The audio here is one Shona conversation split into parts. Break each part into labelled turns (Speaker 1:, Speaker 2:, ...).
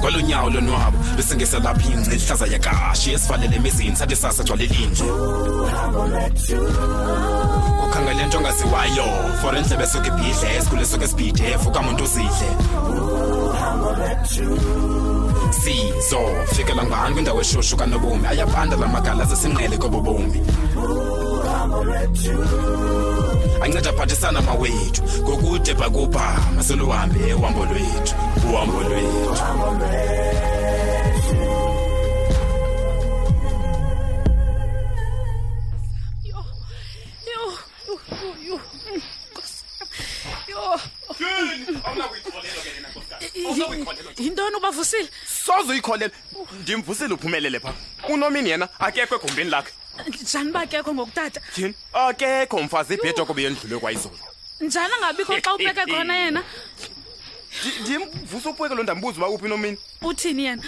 Speaker 1: kwalonyawo lonwabo bese ngeselapha ingce ihlaza yakashi esivalele emizini sathi sasa gcwale linje ukhangele nto ongaziwayo for endlebe esuke ibhidle esikhule esuke esibhidef ukamuntu uzidle sizo fikela ngubani kwindawo eshushu kanobomi ayabanda la magala zesinqele kobobomi anceda aphathisana mawethu ngokude bhakubha maseluhambe uhambo lwethu uhambo lwethu
Speaker 2: Yo, yo, yo, yo, yo. Nkosi yam. Yo. yintoni ubavusile
Speaker 3: soze uyikholelwe ndimvusile uphumelele phaa unomini yena akekho egumbini lakhe
Speaker 2: njani uba kekho ngokutata
Speaker 3: tyhini akekho mfazi ibhedi okuba yendlulwe kwayizolo
Speaker 2: njani angabikho xa ubeke khona yena
Speaker 3: Ndi- ndimvusa upwekelo ndambuza uba uphi unomini
Speaker 2: uthini yena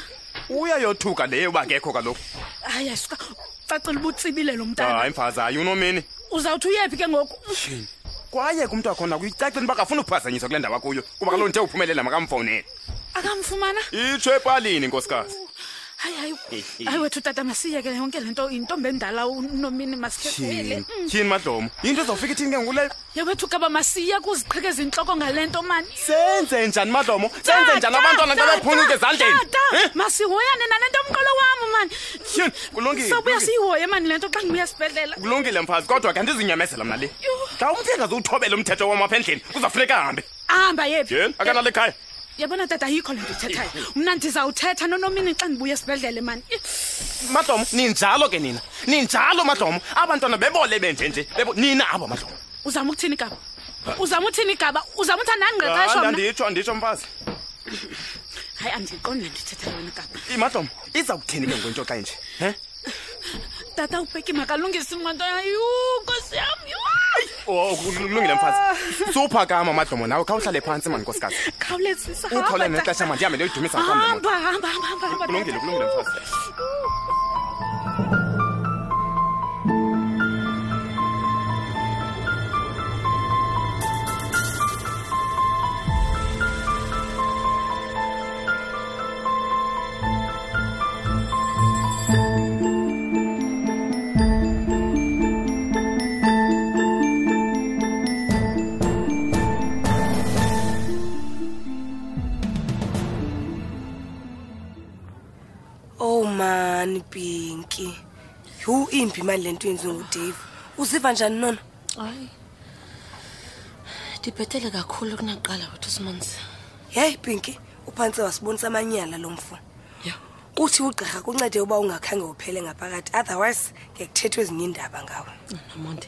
Speaker 3: uyayothuka leyo uba akekho kaloku
Speaker 2: hayi asuka cacela uba utsibile lo mntana
Speaker 3: hayi mfazi hayi unomini
Speaker 2: uzawuthi uyephi ke ngoku
Speaker 3: tyhini kwaye kumntu wakhona kuyicaceni uba kafuna ukuphazanyiswa kule ndawo akuyo kuba kaloku nje uphumelela makamfowunele
Speaker 2: akamfumana
Speaker 3: itsho epalini nkosikazi
Speaker 2: hayi hayi hayi wethu tata masiyekele yonke le nto yintombi endala unomini masikhele
Speaker 3: tyhini tyhini madlomo yinto ezawufika ithini ke ngokuleyo
Speaker 2: yewethu kaba masiye kuziqhekeza intloko ngale nto mani
Speaker 3: senze njani madlomo senze njani abantwana xa bephunyuka ezandleni Eh?
Speaker 2: masihoyane nale nto mqolo wam mani
Speaker 3: tyhini kulungile
Speaker 2: sawubuya
Speaker 3: kulungile.
Speaker 2: siyihoye mani le nto xa ndibuya sibhedlela
Speaker 3: kulungile mfazi kodwa ke andizinyamezela mna le xa umthenga ziwuthobele umthetho wam apha endlini uzafuneka ahambe
Speaker 2: ahamba yephi
Speaker 3: tyhini akanale khaya
Speaker 2: yabona tata ayikho le nto ithethayo mna ndizawuthetha nonomini xa ndibuya esibhedlele mani
Speaker 3: madlomo ninjalo ke nina ninjalo madlomo abantwana bebole benjenje bebo- nina abo madlomo
Speaker 2: uzama ukuthini gaba uzama uthini gaba uzama uthi
Speaker 1: Ah,
Speaker 2: andandingqeqesho mna
Speaker 3: andanditsho anditsho Ah, mfazi
Speaker 2: hayi andiyiqondi nandithetha yona gaba
Speaker 3: imadlomo iza kutheni ke ngwento xa nje em
Speaker 2: tata ubheki makalungise imoto yayo nkosi yam yhu.
Speaker 3: o Oh, kulungile mfazi suphakama madlomo nawe khawuhlale phantsi mani nkosikazi
Speaker 2: khawulezisa
Speaker 3: ukhawulele nexesha
Speaker 2: Ah,
Speaker 3: mandihambe ndiyoyidumisa ngaphambi
Speaker 2: hamba hamba hamba hamba hamba,
Speaker 3: Kulungile,
Speaker 2: tata.
Speaker 3: kulungile, mfazi.
Speaker 4: Oh man Pinky. Hu imbi manje lento yenziwe nguDave. Uziva njani nona?
Speaker 5: hayi ndibhetele kakhulu kunakuqala wethu simanzi
Speaker 4: Hey Pinky, uphansi wasibonisa amanyala lo mfo.
Speaker 5: ya
Speaker 4: Uthi ugqirha kuncede uba ungakhange uphele ngaphakathi otherwise ngekuthethwe ezinye iindaba ngawe.
Speaker 5: nomonde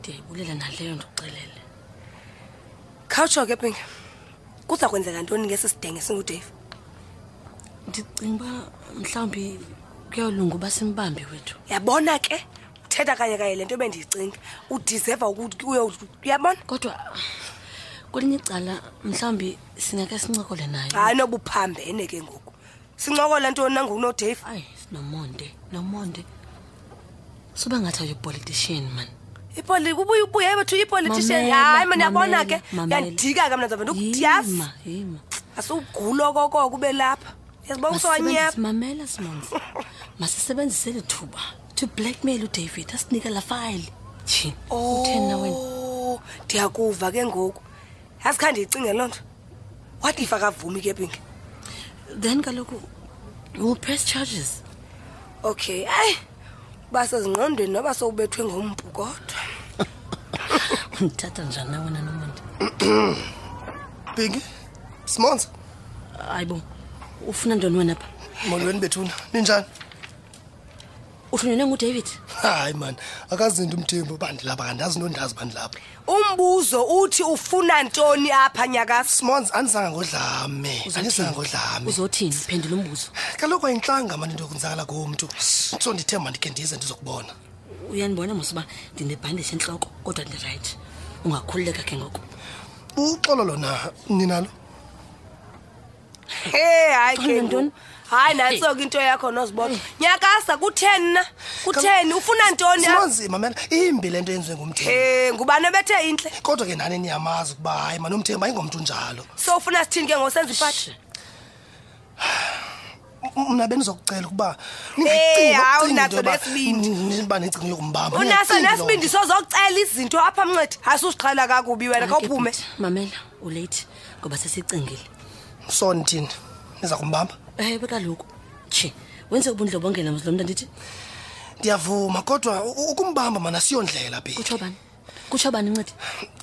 Speaker 5: ndiyayibulela naleyo ndikucelele
Speaker 4: Khawutsho ke Pinky. Kuza kwenzeka ntoni ngesi sidenge singuDave?
Speaker 5: ndicinga uba mhlawumbi kuyawulunga uba simbambi wethu
Speaker 4: Yabona ke? Uthetha kanye kanye lento bendiyicinga. Udeserve ukuthi uyo uyabona?
Speaker 5: kodwa kwelinye icala mhlawumbi singake sincokole nayo
Speaker 4: Hayi nobuphambene ke ngoku. Sincokola ntoni nangunoDave?
Speaker 5: ayi nomonde nomonde suba ngathi ayo-politician mani
Speaker 4: Ipoli ubuye ubuye bethu ipolitician
Speaker 5: Mamela,
Speaker 4: hayi mina yabona
Speaker 5: mamela,
Speaker 4: ke
Speaker 5: mamela.
Speaker 4: yandika ke mina zabantu
Speaker 5: Yima,
Speaker 4: ukudiyazi
Speaker 5: yima
Speaker 4: asugulo kokoko kube lapha yazibona
Speaker 5: Masisebenzise-
Speaker 4: usonyepha
Speaker 5: mamela simonzi masisebenzise eli thuba to blackmail udavid asinike la fayile tyhini utheni na wena
Speaker 4: Oh, ndiyakuva ke ngoku yazi kha ndiyicinge loo nto wathi if akavumi ke pinki
Speaker 5: then kaloku will press charges
Speaker 4: okay ayi uba sezingqondweni noba sowubethwe ngompu kodwa
Speaker 5: undithatha Hmm, njani na wena nomonde
Speaker 6: pinki simonza
Speaker 5: hayi bo ufuna ntoni wena pha
Speaker 6: molweni bethuna ninjani
Speaker 5: uthunyelwe ngudavid
Speaker 6: hayi mani akazinto umthembu uba ndilapha kandazi into ndazi uba ndilapha
Speaker 4: umbuzo uthi ufuna ntoni apha nyakaso
Speaker 6: simonza andizanga ngodlame
Speaker 5: Uzothini?
Speaker 6: andizanga ngodlame
Speaker 5: uzothini phendula umbuzo
Speaker 6: kaloku ayintlanga mani into yokwenzakala komntu so ndithe mandikhe ndize ndizokubona
Speaker 5: uyanibona mosuba ndinebhandishi entloko kodwa ndirayithi ungakhululeka ke ngoku
Speaker 6: uxolo lona ninalo
Speaker 4: he hayi ke
Speaker 5: Ntoni, ntoni?
Speaker 4: ngoku. hayi nantso ke into yakho nozibona nyakasa kutheni na utheni ufuna ntoni
Speaker 6: simanzi mamela imbi le nto yenziwe ngumthemba
Speaker 4: e ngubani ebethe intle
Speaker 6: kodwa ke nani niyamazi ukuba hayi mani umthemba ayingomntu njalo
Speaker 4: so ufuna sithini ke ngosenza ipati
Speaker 6: M- mna benizokucela ukuba
Speaker 4: Hey, hawu,
Speaker 6: ningacingi
Speaker 4: naso
Speaker 6: ukuba
Speaker 4: nesibindi.
Speaker 6: niba necingo yokumbamba
Speaker 4: unaso
Speaker 6: Ningacingi loo nto.
Speaker 4: nesimindiso zokucela izinto apha mncedi asuziqhela kakubi wena
Speaker 5: Hayi ke
Speaker 4: khawuphume
Speaker 5: bhuti, mamela uleithi ngoba sesicingile
Speaker 6: so nithini niza kumbamba
Speaker 5: ewe kaloku tshe wenze ubundlobongela mzlo mntu andithi
Speaker 6: ndiyavuma kodwa u- u- ukumbamba mana siyondlela bhe
Speaker 5: kutsho bani kutsho bani ncedi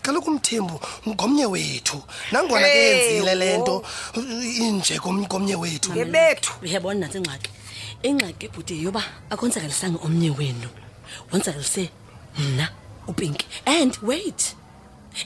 Speaker 6: kaloku umthembu ngomnye wethu nangona ke
Speaker 4: Hey,
Speaker 6: yenzile le nto
Speaker 4: wo.
Speaker 6: inje kom- komnye wethu
Speaker 4: ngebethu
Speaker 5: uyabona nantsi ingxaki ingxaki ebhuti yoba akonzakalisanga omnye wenu wonzakalise mna upinki and wait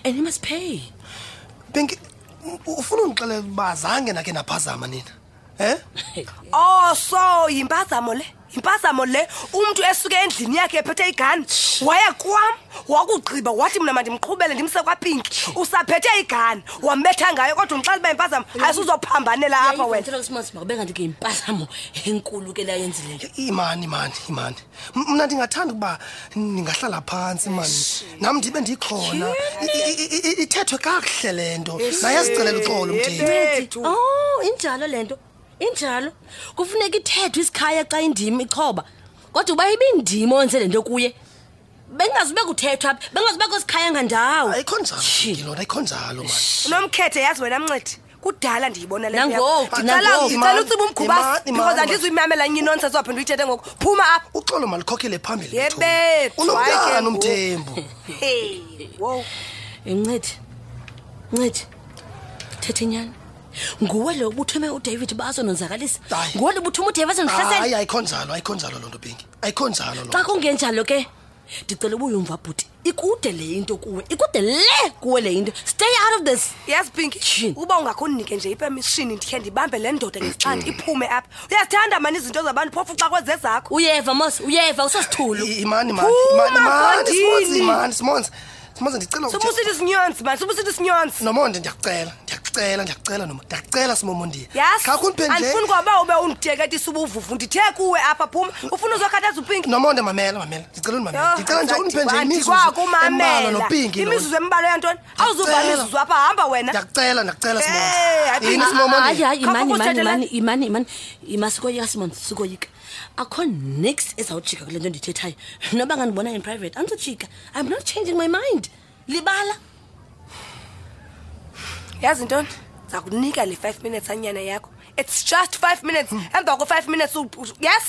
Speaker 5: and you must pay
Speaker 6: benki u- ufuna undixelela uba zange nakhe naphazama nina Eh? em
Speaker 4: oh so yimpazamo le yimpazamo le umntu esuke endlini yakhe ephethe igani waya kwam wakugqiba wathi mna mandimqhubele ndimse kwapinki usaphethe igani wambetha ngayo kodwa ndixela uba yimpazamo ayisuzophambanela apha wena
Speaker 5: usimansi makube kanti ke yimpazamo enkulu ke leyayenzileyo
Speaker 6: imani imani imani M- mna ndingathanda ukuba ningahlala phantsi mani nam ndibe ndikhona I- i- i- i- ithethwe kakuhle le nto nayazicelela uxolo mthembu
Speaker 4: Yebethu.
Speaker 5: oh injalo le nto injalo kufuneka ithethwe isikhaya xa indim ixhoba kodwa uba ibindim owenze le nto kuye bengazube kuthethwa apha bengazubekho sikhaya ngandawo
Speaker 6: ayikho njalo Pinky, lona ayikho njalo mani
Speaker 4: unomkhethe yazi wena mncedi kudala ndiyibona le nto yakho.
Speaker 5: Nangoku,
Speaker 4: Ndicela-
Speaker 5: nangoku.
Speaker 4: ndicela utsiba
Speaker 6: Imani,
Speaker 4: umgubasi
Speaker 6: imani,
Speaker 4: because
Speaker 6: imani.
Speaker 4: andizuyimamela nyinonsense waphinda uyithethe ngoku phuma apha
Speaker 6: uxolo malikhokhele phambili Bethune.
Speaker 4: Yebethu, hayi ke
Speaker 6: unomntana
Speaker 4: ngoku.
Speaker 6: umthembu
Speaker 4: hey wow
Speaker 5: encedi ncedi thetha inyani nguwe lo ubuthume udavid uba azononzakalisa
Speaker 6: Hayi.
Speaker 5: nguwe lo ubuthume udavid
Speaker 6: hayi
Speaker 5: azonihlasela
Speaker 6: ayikho njalo ayikho njalo loo nto pinki ayikho njalo loo
Speaker 5: xa
Speaker 6: nto.
Speaker 5: kungenjalo ke ndicela ubuyumva bhuti ikude le into kuwe ikude le kuwe le into stay out of this
Speaker 4: yazi pinki
Speaker 5: Tyhini.
Speaker 4: uba ungakhondinike nje ipermishini ndikhe ndibambe le ndoda
Speaker 6: Mm.
Speaker 4: ngesixanti iphume apha uyazithanda mani izinto zabantu phofu xa kweze zakho
Speaker 5: uyeva mos uyeva usasithulu
Speaker 6: I- imani mani
Speaker 4: Phuma,
Speaker 6: imani mani simonzi
Speaker 4: Bhodini.
Speaker 6: imani simonzi simonzi ndicela ukuthe-
Speaker 4: subusithi sinyonsi mani subusithi sinyonsi
Speaker 6: nomonde ndiyakucela ndiyakucela ndiyakucela noma ndiyakucela simomondiye
Speaker 4: yazi
Speaker 6: khakho undiphendule
Speaker 4: andifuni kwaba ube undideketisa ubuvuvu ndithe kuwe apha phuma ufuna uzokhathaza upinki
Speaker 6: nomonde mamela mamela ndicela unimamela
Speaker 4: Yho,
Speaker 6: ndicela nje undiphendule imizuzu embalwa
Speaker 4: andikwakumamela
Speaker 6: nopinki lo.
Speaker 4: imizuzu embalo yantoni awuzuva
Speaker 6: Ndiyacela.
Speaker 4: imizuzu apha hamba wena
Speaker 6: ndiyakucela ndiyakucela
Speaker 4: Hey, hayi,
Speaker 6: simonzi
Speaker 4: Pinky.
Speaker 6: yini
Speaker 5: Ah, hayi
Speaker 6: simomondiye
Speaker 5: hayi
Speaker 4: Khapha
Speaker 5: imani imani
Speaker 4: kusithethelani.
Speaker 5: imani imani imani ima sikoyika simon sikoyika akho nix ezawujika kule nto ndiyithethayo noba ngandibona in private andizojika i'm not changing my mind libala
Speaker 4: yazi ntoni ndiza kunika le five minutes anyana yakho it's just five minutes emva ko-five minutes u- u- yes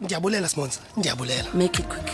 Speaker 6: ndiyabulela simonzi ndiyabulela
Speaker 5: make it quick